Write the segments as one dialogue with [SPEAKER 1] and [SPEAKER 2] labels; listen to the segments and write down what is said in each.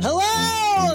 [SPEAKER 1] Hello,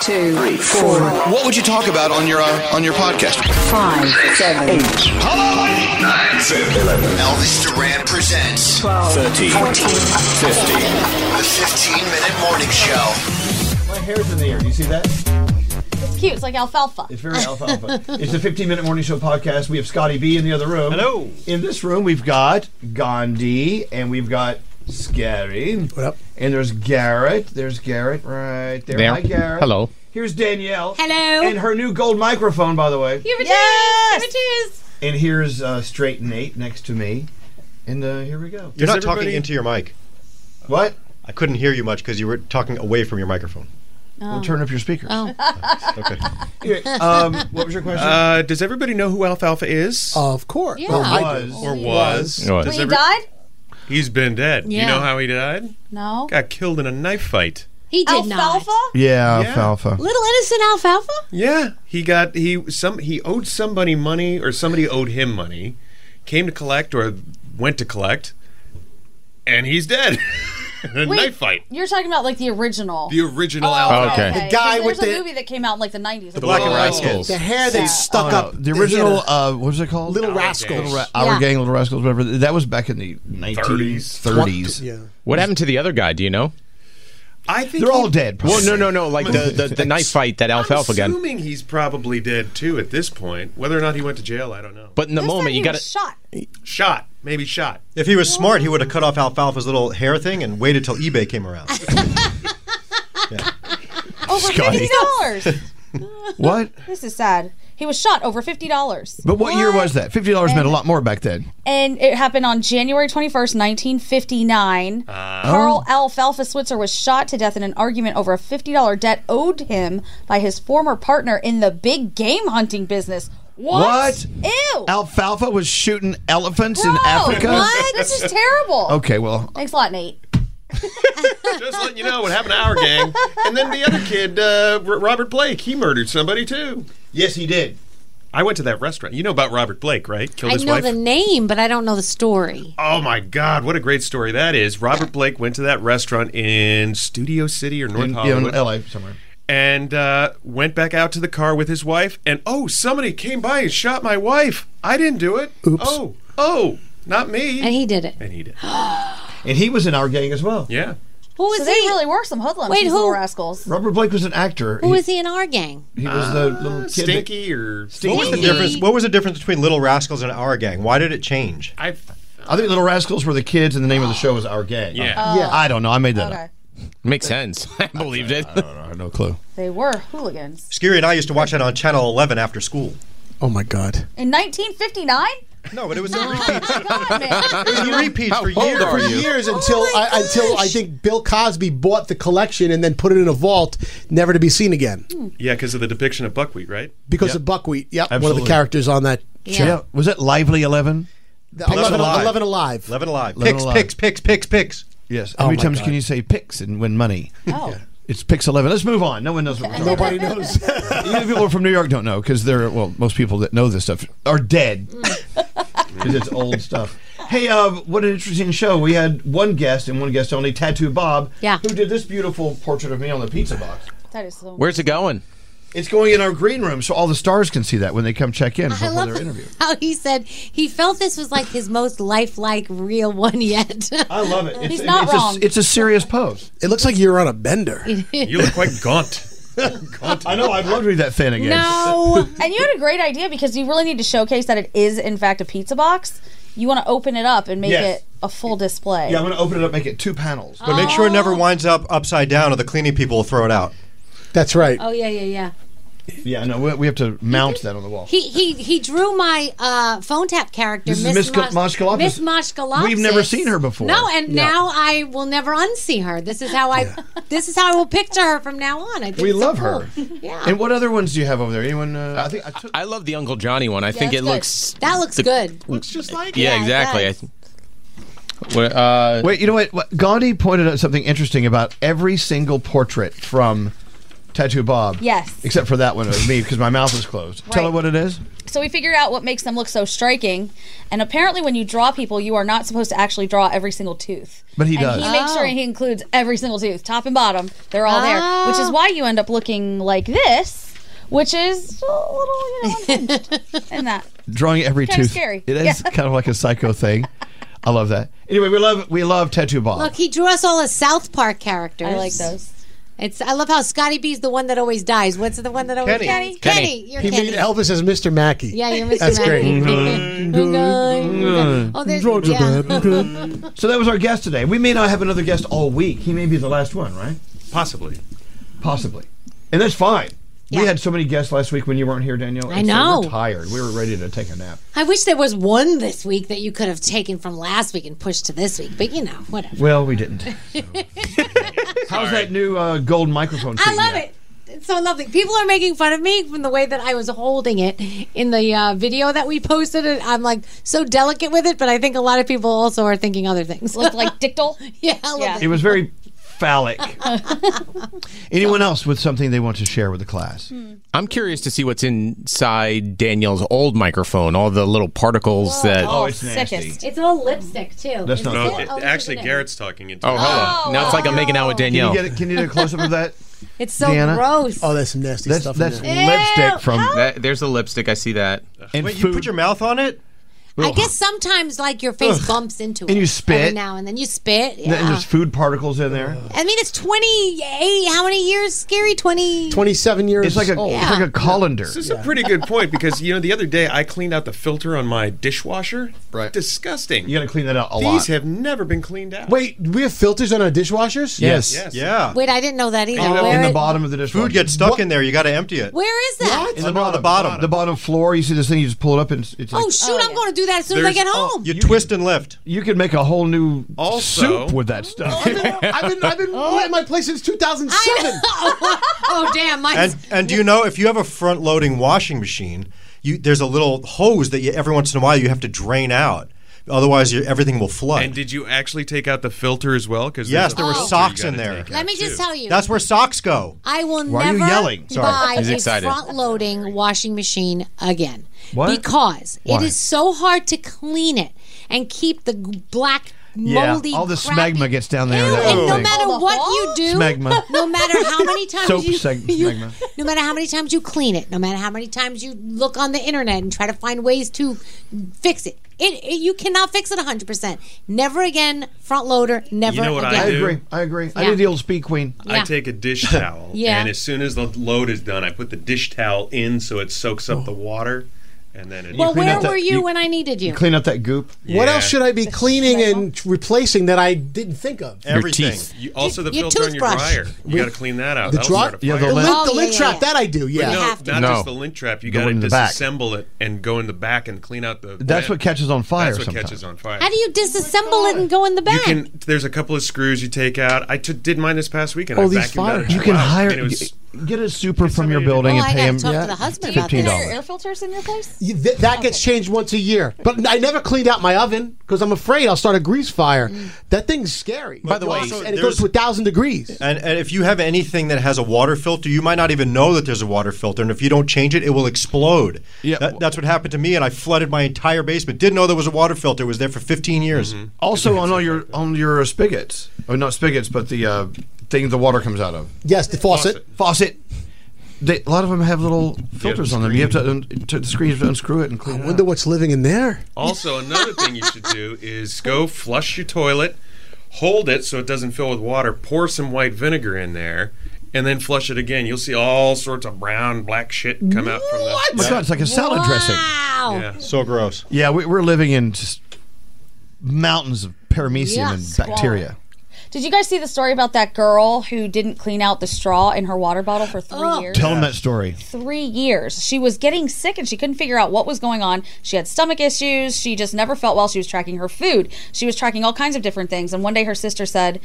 [SPEAKER 2] two, three, four.
[SPEAKER 3] What would you talk about on your uh, on your podcast?
[SPEAKER 2] Five, seven, eight.
[SPEAKER 3] Hello, nine, seven, eleven. Elvis Duran presents
[SPEAKER 2] 12,
[SPEAKER 3] 13,
[SPEAKER 2] 14,
[SPEAKER 3] 15. The 15 minute morning show.
[SPEAKER 4] My hair's in the air. Do you see that?
[SPEAKER 5] It's cute. It's like alfalfa.
[SPEAKER 4] It's very alfalfa. it's the 15 minute morning show podcast. We have Scotty B in the other room.
[SPEAKER 6] Hello.
[SPEAKER 4] In this room, we've got Gandhi and we've got Scary. What
[SPEAKER 6] up?
[SPEAKER 4] And there's Garrett. There's Garrett right there.
[SPEAKER 6] There.
[SPEAKER 4] Hi, Garrett.
[SPEAKER 6] Hello.
[SPEAKER 4] Here's Danielle.
[SPEAKER 5] Hello.
[SPEAKER 4] And her new gold microphone, by the way.
[SPEAKER 5] Give it yes! Give it to us.
[SPEAKER 4] And here's uh, Straight Nate next to me. And uh, here we go.
[SPEAKER 6] You're
[SPEAKER 7] You're
[SPEAKER 6] not
[SPEAKER 7] not talking into your mic.
[SPEAKER 4] What?
[SPEAKER 7] I couldn't hear you much because you were talking away from your microphone.
[SPEAKER 4] We'll turn up your speaker.
[SPEAKER 7] Okay.
[SPEAKER 4] um, what was your question?
[SPEAKER 6] Uh, does everybody know who Alfalfa is?
[SPEAKER 8] Of course.
[SPEAKER 5] Yeah.
[SPEAKER 4] or was.
[SPEAKER 6] or was? Does
[SPEAKER 5] When he
[SPEAKER 6] every-
[SPEAKER 5] died?
[SPEAKER 6] He's been dead.
[SPEAKER 5] Yeah.
[SPEAKER 6] You know how he died?
[SPEAKER 5] No.
[SPEAKER 6] Got killed in a knife fight.
[SPEAKER 5] He did
[SPEAKER 2] Alfalfa?
[SPEAKER 5] not.
[SPEAKER 4] yeah,
[SPEAKER 6] Yeah.
[SPEAKER 4] alfalfa.
[SPEAKER 5] Little innocent alfalfa?
[SPEAKER 6] Yeah, he got he some he owed somebody money or somebody owed him money, came to collect or went to collect, and he's dead. in a knife fight.
[SPEAKER 2] You're talking about like the original.
[SPEAKER 6] The original
[SPEAKER 2] Oh,
[SPEAKER 6] Alfalfa.
[SPEAKER 2] okay.
[SPEAKER 7] The guy
[SPEAKER 2] 'Cause
[SPEAKER 7] with
[SPEAKER 2] there's
[SPEAKER 7] the-
[SPEAKER 2] a movie that came out in like the 90s.
[SPEAKER 7] The Black and
[SPEAKER 6] Oh.
[SPEAKER 7] Rascals.
[SPEAKER 8] The hair they
[SPEAKER 2] Yeah.
[SPEAKER 8] stuck
[SPEAKER 4] Oh,
[SPEAKER 8] up.
[SPEAKER 4] no, the
[SPEAKER 8] they
[SPEAKER 4] original,
[SPEAKER 8] hit a-
[SPEAKER 4] uh, what was it called?
[SPEAKER 8] Little
[SPEAKER 6] Our
[SPEAKER 8] Rascals.
[SPEAKER 6] Gang.
[SPEAKER 4] Little Ra- Our
[SPEAKER 5] Yeah.
[SPEAKER 4] Gang, Little Rascals, whatever. That was back in the 1930s. 30s.
[SPEAKER 8] Yeah.
[SPEAKER 9] What happened to the other guy? Do you know?
[SPEAKER 6] I think
[SPEAKER 4] They're
[SPEAKER 6] he-
[SPEAKER 4] all dead.
[SPEAKER 9] Well, no, no, no. Like the the, the knife fight that Alfalfa
[SPEAKER 6] I'm
[SPEAKER 9] got.
[SPEAKER 6] assuming he's probably dead too at this point. Whether or not he went to jail, I don't know.
[SPEAKER 9] But in the
[SPEAKER 5] Oh,
[SPEAKER 9] moment, you got to.
[SPEAKER 2] shot.
[SPEAKER 6] Shot, maybe shot.
[SPEAKER 7] If he was smart, he would have cut off Alfalfa's little hair thing and waited till eBay came around.
[SPEAKER 2] Over $50.
[SPEAKER 4] What?
[SPEAKER 2] this is sad. He was shot over $50.
[SPEAKER 4] But what, year was that? Fifty dollars meant a lot more back then.
[SPEAKER 2] And it happened on January 21st, 1959.
[SPEAKER 6] Uh.
[SPEAKER 2] Carl Alfalfa Switzer was shot to death in an argument over a $50 debt owed him by his former partner in the big game hunting business. What?
[SPEAKER 4] What?
[SPEAKER 2] Ew.
[SPEAKER 4] Alfalfa was shooting elephants
[SPEAKER 2] Bro,
[SPEAKER 4] in Africa.
[SPEAKER 2] What? This is
[SPEAKER 10] Oh.
[SPEAKER 2] terrible.
[SPEAKER 4] Okay, well,
[SPEAKER 5] Oh.
[SPEAKER 2] Thanks a lot, Nate.
[SPEAKER 6] Just letting you know what happened to our gang. And then the other kid, uh, R- Robert Blake, he murdered somebody too.
[SPEAKER 4] yes, he did.
[SPEAKER 6] I went to that restaurant. You know about Robert Blake, right? Killed
[SPEAKER 5] I
[SPEAKER 6] his
[SPEAKER 5] know
[SPEAKER 6] wife.
[SPEAKER 5] the name, but I don't know the story.
[SPEAKER 6] oh my God, what a great story that is. Robert Blake went to that restaurant in Studio City or North
[SPEAKER 4] In, yeah, in
[SPEAKER 6] Hollywood
[SPEAKER 4] L.A. somewhere.
[SPEAKER 6] and uh, went back out to the car with his wife. And oh, somebody came by and shot my wife. I didn't do it.
[SPEAKER 8] Oops.
[SPEAKER 6] Oh, oh, not me.
[SPEAKER 5] And he did it.
[SPEAKER 6] and he did.
[SPEAKER 4] And he was in our gang as well.
[SPEAKER 6] Yeah.
[SPEAKER 5] Who was
[SPEAKER 2] So they
[SPEAKER 5] he?
[SPEAKER 2] really were some hoodlums.
[SPEAKER 5] Wait,
[SPEAKER 2] these
[SPEAKER 5] who-
[SPEAKER 2] Little rascals.
[SPEAKER 4] Robert Blake was an actor.
[SPEAKER 5] Who
[SPEAKER 4] he,
[SPEAKER 5] was he in our gang?
[SPEAKER 4] he was the little kid. that-
[SPEAKER 6] Stinky or
[SPEAKER 7] what was the
[SPEAKER 4] Stinky.
[SPEAKER 7] difference? What was the difference between Little Rascals and Our Gang? Why did it change?
[SPEAKER 6] I
[SPEAKER 4] I think Little Rascals were the kids, and the name of the show was Our Gang.
[SPEAKER 6] Yeah.
[SPEAKER 4] I don't know. I made that
[SPEAKER 2] Okay.
[SPEAKER 4] up.
[SPEAKER 9] Makes sense. I believed it. I don't know.
[SPEAKER 7] No clue.
[SPEAKER 2] They were hooligans.
[SPEAKER 7] Skiri and I used to watch that on Channel 11 after school.
[SPEAKER 8] Oh my god.
[SPEAKER 2] In 1959?
[SPEAKER 7] No, but it was
[SPEAKER 2] in God, man. Oh,
[SPEAKER 7] It was in repeats for years.
[SPEAKER 8] for years until I, until I think Bill Cosby bought the collection and then put it in a vault, never to be seen again.
[SPEAKER 6] Yeah, because of the depiction of buckwheat, right?
[SPEAKER 8] Because of Buckwheat, yep, one of
[SPEAKER 6] Absolutely.
[SPEAKER 8] the characters on that show.
[SPEAKER 6] Yeah.
[SPEAKER 10] Was it Lively 11?
[SPEAKER 8] The 11, alive. 11 alive.
[SPEAKER 7] 11 alive.
[SPEAKER 10] Eleven
[SPEAKER 7] Picks,
[SPEAKER 10] alive.
[SPEAKER 7] picks, picks, picks, picks.
[SPEAKER 10] Yes.
[SPEAKER 8] Oh
[SPEAKER 10] How many
[SPEAKER 8] my
[SPEAKER 10] times
[SPEAKER 8] God.
[SPEAKER 10] can you say picks and win money?
[SPEAKER 2] Oh.
[SPEAKER 10] It's picks 11. Let's move on. No one knows what we're talking about.
[SPEAKER 8] Nobody knows.
[SPEAKER 10] Even people from New York don't know because they're, well, most people that know this stuff are dead because it's old stuff. Hey, uh, what an interesting show. We had one guest and one guest only, Tattoo Bob, yeah. who did this beautiful portrait of me on the pizza box.
[SPEAKER 2] That is so.
[SPEAKER 10] Where's it going? It's going in our green room so all the stars can see that when they come check in
[SPEAKER 5] I
[SPEAKER 10] before
[SPEAKER 5] love
[SPEAKER 10] their interview.
[SPEAKER 5] how he said he felt this was like his most lifelike real one yet.
[SPEAKER 10] I love it.
[SPEAKER 5] He's not
[SPEAKER 10] it's
[SPEAKER 5] wrong.
[SPEAKER 10] A, it's a serious pose.
[SPEAKER 8] It looks like you're on a bender.
[SPEAKER 6] You look quite gaunt.
[SPEAKER 10] I know. I'd love to be that thin again.
[SPEAKER 2] and you had a great idea because you really need to showcase that it is, in fact, a pizza box. You want to open it up and make
[SPEAKER 7] Yes.
[SPEAKER 2] it a full display.
[SPEAKER 10] I'm going to open it up, make it two panels.
[SPEAKER 7] But make sure it never winds up upside down or the cleaning people will throw it out.
[SPEAKER 8] That's right.
[SPEAKER 5] Oh yeah, yeah, yeah.
[SPEAKER 10] Uh, Yeah, no, we, we have to mount that on the wall.
[SPEAKER 5] He he he drew my uh, phone tap character.
[SPEAKER 10] This is Miss Ka-
[SPEAKER 5] Mosh-
[SPEAKER 10] Moshkalopoulos.
[SPEAKER 5] Miss Moshkalopoulos.
[SPEAKER 10] We've never seen her before.
[SPEAKER 5] No, and
[SPEAKER 10] Yeah.
[SPEAKER 5] now I will never unsee her. This is how I. This is how I will picture her from now on. I think
[SPEAKER 10] We
[SPEAKER 5] it's so
[SPEAKER 10] love her.
[SPEAKER 5] cool. yeah.
[SPEAKER 10] And what other ones do you have over there? Anyone? Uh, I think I
[SPEAKER 9] I love the Uncle Johnny one. I think it
[SPEAKER 5] that's good.
[SPEAKER 9] looks.
[SPEAKER 5] That looks
[SPEAKER 9] the-
[SPEAKER 5] good.
[SPEAKER 10] Looks just like
[SPEAKER 9] Yeah, exactly. I th- what, uh,
[SPEAKER 10] Wait, you know what? what? Gandhi pointed out something interesting about every single portrait from Tattoo Bob.
[SPEAKER 2] Yes.
[SPEAKER 10] Except for that one of me because my mouth is closed. Tell her what it is.
[SPEAKER 2] So we figured out what makes them look so striking. And apparently, when you draw people, you are not supposed to actually draw every single tooth.
[SPEAKER 10] But he
[SPEAKER 2] and
[SPEAKER 10] does.
[SPEAKER 2] He makes sure he includes every single tooth, top and bottom. They're all there, which is why you end up looking like this, which is a little, you know, unhinged in that.
[SPEAKER 10] Drawing every
[SPEAKER 2] Kinda
[SPEAKER 10] tooth.
[SPEAKER 2] scary.
[SPEAKER 10] It is
[SPEAKER 2] Yeah.
[SPEAKER 10] kind of like a psycho thing. I love that. Anyway, we love we love Tattoo Bob.
[SPEAKER 5] Look, he drew us all as South Park characters.
[SPEAKER 2] I like those.
[SPEAKER 5] It's. I love how Scotty B's the one that always dies. What's the one that always
[SPEAKER 8] Kenny.
[SPEAKER 5] Kenny.
[SPEAKER 8] Kenny.
[SPEAKER 5] You're
[SPEAKER 8] he
[SPEAKER 5] Kenny.
[SPEAKER 8] made Elvis as Mr. Mackey.
[SPEAKER 5] Yeah, you're Mr.
[SPEAKER 8] That's great.
[SPEAKER 5] Mackey.
[SPEAKER 10] Oh,
[SPEAKER 5] Oh, there's- Roger yeah.
[SPEAKER 10] so that was our guest today. We may not have another guest all week. He may be the last one, right? Possibly. Possibly. And that's fine. We had so many guests last week when you weren't here, Danielle.
[SPEAKER 5] I
[SPEAKER 10] and so
[SPEAKER 5] know.
[SPEAKER 10] we're tired. We were ready to take a nap.
[SPEAKER 5] I wish there was one this week that you could have taken from last week and pushed to this week, but you know, whatever.
[SPEAKER 10] Well, we didn't. How's that new uh, gold microphone?
[SPEAKER 5] I
[SPEAKER 10] treating
[SPEAKER 5] love
[SPEAKER 10] you?
[SPEAKER 5] it. It's so lovely. People are making fun of me from the way that I was holding it in the uh, video that we posted. And I'm like so delicate with it, but I think a lot of people also are thinking other things.
[SPEAKER 2] Looked like Dictal.
[SPEAKER 5] yeah, a little bit.
[SPEAKER 10] It was very phallic. Anyone else with something they want to share with the class?
[SPEAKER 5] Hmm.
[SPEAKER 9] I'm curious to see what's inside Danielle's old microphone. All the little particles that.
[SPEAKER 6] Oh,
[SPEAKER 5] It's all lipstick too.
[SPEAKER 9] That's not
[SPEAKER 5] Isn't
[SPEAKER 9] good.
[SPEAKER 5] it? Oh,
[SPEAKER 6] Actually, Garrett's talking into
[SPEAKER 9] Oh, hello. now it's like I'm making out with
[SPEAKER 10] Can you
[SPEAKER 9] Danielle.
[SPEAKER 10] get a, can you do a close up of that?
[SPEAKER 5] It's so
[SPEAKER 10] Deanna?
[SPEAKER 5] gross.
[SPEAKER 8] Oh, that's some nasty
[SPEAKER 10] That's-
[SPEAKER 8] stuff.
[SPEAKER 10] that's
[SPEAKER 8] in there.
[SPEAKER 10] lipstick from.
[SPEAKER 9] That, there's the lipstick. I see that.
[SPEAKER 10] And Wait, you put your
[SPEAKER 7] mouth on it?
[SPEAKER 5] I guess sometimes like your face bumps into it.
[SPEAKER 10] And you
[SPEAKER 5] every
[SPEAKER 10] spit.
[SPEAKER 5] now and then. You spit.
[SPEAKER 10] And
[SPEAKER 5] Yeah.
[SPEAKER 10] there's food particles in there.
[SPEAKER 5] I mean, it's 28. How many years? Scary 20.
[SPEAKER 8] 27 years
[SPEAKER 10] It's like a
[SPEAKER 5] old.
[SPEAKER 10] it's like
[SPEAKER 5] Yeah.
[SPEAKER 10] a colander.
[SPEAKER 6] This is a pretty good point because you know the other day I cleaned out the filter on my dishwasher. Right. Disgusting.
[SPEAKER 10] You got to clean that out
[SPEAKER 6] These
[SPEAKER 8] lot.
[SPEAKER 6] have never been cleaned out.
[SPEAKER 8] Wait, we have filters on our dishwashers?
[SPEAKER 6] Yes. Yes.
[SPEAKER 7] Yeah.
[SPEAKER 5] Wait, I didn't know that either.
[SPEAKER 8] Oh,
[SPEAKER 7] In
[SPEAKER 5] where,
[SPEAKER 7] the
[SPEAKER 5] it-
[SPEAKER 10] bottom of the dishwasher.
[SPEAKER 7] Food gets stuck in there. You got to empty it.
[SPEAKER 5] where is that?
[SPEAKER 10] In the bottom, the bottom, floor. You see this thing? You just pull it up and it's, it's
[SPEAKER 5] Oh,
[SPEAKER 10] like
[SPEAKER 5] shoot. I'm going to do that as soon as I get home.
[SPEAKER 7] oh, You, twist and lift.
[SPEAKER 10] you could make a whole new
[SPEAKER 6] Also-
[SPEAKER 10] soup with that stuff.
[SPEAKER 8] I've been, I've been at my place since 2007.
[SPEAKER 5] oh, damn. My,
[SPEAKER 7] And and do you know if you have a front loading washing machine, you there's a little hose that you, every once in a while you have to drain out. Otherwise, you, everything will flood.
[SPEAKER 6] And did you actually take out the filter as well? Because
[SPEAKER 7] Yes, there were socks in there.
[SPEAKER 5] Let me just tell you.
[SPEAKER 7] That's where socks go.
[SPEAKER 5] I will
[SPEAKER 7] Why are
[SPEAKER 5] never
[SPEAKER 7] you yelling? Sorry.
[SPEAKER 5] buy
[SPEAKER 7] He's
[SPEAKER 5] a
[SPEAKER 7] excited.
[SPEAKER 5] front-loading washing machine again.
[SPEAKER 7] What?
[SPEAKER 5] Because
[SPEAKER 10] Why?
[SPEAKER 5] it is so hard to clean it and keep the g- black moldy.
[SPEAKER 10] yeah, all the
[SPEAKER 5] crappy-
[SPEAKER 10] smegma gets down there. in that
[SPEAKER 5] And no
[SPEAKER 10] thing.
[SPEAKER 5] matter what you do,
[SPEAKER 10] Smegma.
[SPEAKER 5] no matter how many times
[SPEAKER 10] soap
[SPEAKER 5] you,
[SPEAKER 10] seg-
[SPEAKER 5] you-
[SPEAKER 10] smegma.
[SPEAKER 5] no matter how many times you clean it, no matter how many times you look on the internet and try to find ways to fix it, it, it you cannot fix it 100. percent Never again, front loader. Never.
[SPEAKER 6] You know what I
[SPEAKER 5] again.
[SPEAKER 6] do?
[SPEAKER 10] agree. I agree. I
[SPEAKER 5] Yeah.
[SPEAKER 10] do the old speed queen.
[SPEAKER 6] I take a dish towel,
[SPEAKER 5] Yeah.
[SPEAKER 6] and as soon as the load is done, I put the dish towel in so it soaks up the water, and then it.
[SPEAKER 5] well, where were you, when I needed you?
[SPEAKER 10] up that goop.
[SPEAKER 8] What
[SPEAKER 6] Yeah.
[SPEAKER 8] else should I be cleaning and replacing that I didn't think of?
[SPEAKER 6] Everything. You, also, the
[SPEAKER 8] Your
[SPEAKER 6] filter on your
[SPEAKER 8] toothbrush.
[SPEAKER 6] dryer. You
[SPEAKER 8] We-
[SPEAKER 6] got to clean that out.
[SPEAKER 8] The
[SPEAKER 6] That'll
[SPEAKER 8] dry-
[SPEAKER 6] start a
[SPEAKER 8] yeah, the
[SPEAKER 6] fire.
[SPEAKER 8] lint- Oh, the yeah, lint yeah, trap, yeah. that I do,
[SPEAKER 6] But
[SPEAKER 8] yeah. You
[SPEAKER 6] no,
[SPEAKER 8] have to.
[SPEAKER 6] not
[SPEAKER 8] No.
[SPEAKER 6] just the lint trap. You
[SPEAKER 10] The
[SPEAKER 6] got to
[SPEAKER 10] one in the back.
[SPEAKER 6] disassemble it and go in the back and clean out the.
[SPEAKER 10] That's what catches on fire
[SPEAKER 6] That's what
[SPEAKER 10] sometimes.
[SPEAKER 6] catches on fire.
[SPEAKER 5] How do you disassemble it and go in the
[SPEAKER 6] You
[SPEAKER 5] back?
[SPEAKER 6] can. There's a couple of screws you take out. I t- did mine this past weekend. I
[SPEAKER 10] Oh,
[SPEAKER 6] vacuumed
[SPEAKER 10] these
[SPEAKER 6] out a
[SPEAKER 10] fires! You
[SPEAKER 6] trap
[SPEAKER 10] can
[SPEAKER 6] out,
[SPEAKER 10] hire
[SPEAKER 6] and it was-
[SPEAKER 10] get a super from your building
[SPEAKER 8] Oh,
[SPEAKER 10] and
[SPEAKER 8] I
[SPEAKER 10] pay
[SPEAKER 8] gotta
[SPEAKER 10] him.
[SPEAKER 8] talk to
[SPEAKER 10] yeah,
[SPEAKER 8] the husband about
[SPEAKER 10] fifteen
[SPEAKER 8] this.
[SPEAKER 2] Are your
[SPEAKER 10] dollars.
[SPEAKER 2] air filters in your place?
[SPEAKER 8] You- th- that gets changed once a year, but I never cleaned out my oven because I'm afraid I'll start a grease fire. That thing's scary.
[SPEAKER 7] By the way,
[SPEAKER 8] and it
[SPEAKER 7] there's-
[SPEAKER 8] goes to a thousand degrees.
[SPEAKER 7] And, and if you have anything that has a water filter, you might not even know that there's a water filter. And if you don't change it, it will explode. Yeah. that's what happened to me. And I flooded my entire basement. Didn't know there was a water filter. It was there for 15 years.
[SPEAKER 10] Mm-hmm. Also on all your on your spigots, or not spigots, but the uh, thing the water comes out of.
[SPEAKER 8] Yes, the faucet.
[SPEAKER 10] Faucet. They, a lot of them have little filters on them. You have to, un- to the screen you have to unscrew it and clean.
[SPEAKER 8] I wonder what's living in there.
[SPEAKER 6] Also, another thing you should do is go flush your toilet, hold it so it doesn't fill with water, pour some white vinegar in there, and then flush it again. You'll see all sorts of brown, black shit come out from the.
[SPEAKER 10] Oh my god, it's like a salad dressing.
[SPEAKER 6] Yeah.
[SPEAKER 7] So gross.
[SPEAKER 10] Yeah, we, we're living in just mountains of paramecium
[SPEAKER 2] Yes.
[SPEAKER 10] and bacteria.
[SPEAKER 2] Did you guys see the story about that girl who didn't clean out the straw in her water bottle for three
[SPEAKER 9] Oh,
[SPEAKER 2] years?
[SPEAKER 10] Tell them that story.
[SPEAKER 2] three years. She was getting sick and she couldn't figure out what was going on. She had stomach issues. She just never felt well. She was tracking her food. She was tracking all kinds of different things. And one day her sister said,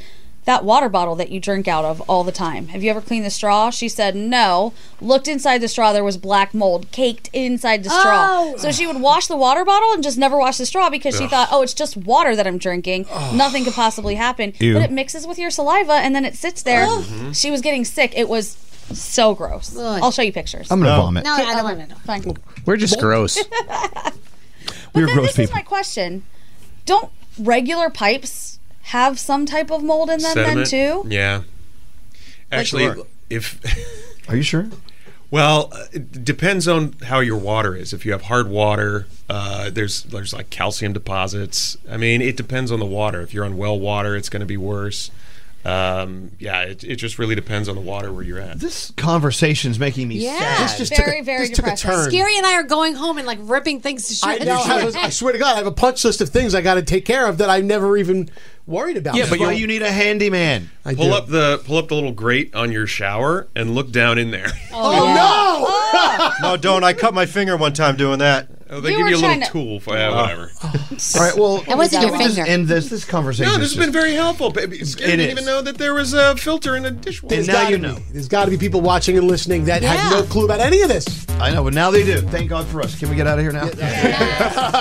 [SPEAKER 2] That water bottle that you drink out of all the time, have you ever cleaned the straw? She said, No. Looked inside the straw, there was black mold caked inside the straw.
[SPEAKER 11] Oh.
[SPEAKER 2] So she would wash the water bottle and just never wash the straw because she
[SPEAKER 11] Ugh.
[SPEAKER 2] thought, Oh, it's just water that I'm drinking. Nothing could possibly happen.
[SPEAKER 11] Ew.
[SPEAKER 2] But it mixes with your saliva and then it sits there.
[SPEAKER 11] Mhm.
[SPEAKER 2] She was getting sick. It was so gross. I'll show you pictures.
[SPEAKER 10] I'm gonna No. vomit.
[SPEAKER 5] No, I don't
[SPEAKER 2] want to. Fine.
[SPEAKER 9] We're just gross.
[SPEAKER 10] We're gross
[SPEAKER 2] this is
[SPEAKER 10] people.
[SPEAKER 2] my question. Don't regular pipes have some type of mold in them
[SPEAKER 6] Sediment.
[SPEAKER 2] then too?
[SPEAKER 6] Yeah. Actually,
[SPEAKER 2] Sure.
[SPEAKER 6] if
[SPEAKER 10] Are you sure?
[SPEAKER 6] Well, uh, it depends on how your water is. If you have hard water, uh, there's there's like calcium deposits. I mean, it depends on the water. If you're on well water, it's going to be worse. Um, yeah, it, it just really depends on the water where you're at.
[SPEAKER 10] This conversation's making me
[SPEAKER 5] Yeah,
[SPEAKER 10] sad.
[SPEAKER 5] very, very depressing.
[SPEAKER 8] turn.
[SPEAKER 5] Scary and I are going home and like ripping things to
[SPEAKER 8] I
[SPEAKER 5] shreds.
[SPEAKER 8] know. I, was- I swear to God, I have a punch list of things I got to take care of that I never even worried about.
[SPEAKER 10] Yeah, but
[SPEAKER 8] before.
[SPEAKER 10] you, you need a handyman.
[SPEAKER 8] I
[SPEAKER 6] pull
[SPEAKER 8] do.
[SPEAKER 6] up the pull up the little grate on your shower and look down in there.
[SPEAKER 8] Oh, no!
[SPEAKER 7] no, don't. I cut my finger one time doing that.
[SPEAKER 6] Oh, they give you a little tool for yeah, whatever.
[SPEAKER 10] All right, well,
[SPEAKER 6] That wasn't
[SPEAKER 10] can
[SPEAKER 6] your
[SPEAKER 10] we just
[SPEAKER 6] finger.
[SPEAKER 10] End this this conversation.
[SPEAKER 6] No, this
[SPEAKER 10] is
[SPEAKER 6] has been very helpful, baby. I didn't
[SPEAKER 10] is.
[SPEAKER 6] even know that there was a filter in a dishwasher.
[SPEAKER 8] There's gotta Be, there's got to be people watching and listening that
[SPEAKER 6] Yeah.
[SPEAKER 8] had no clue about any of this.
[SPEAKER 10] I know, but now they do. Thank God for us. Can we get out of here now?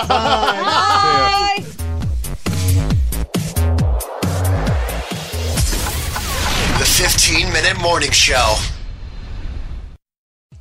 [SPEAKER 2] Bye.
[SPEAKER 3] The 15 minute morning show.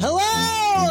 [SPEAKER 1] Hello,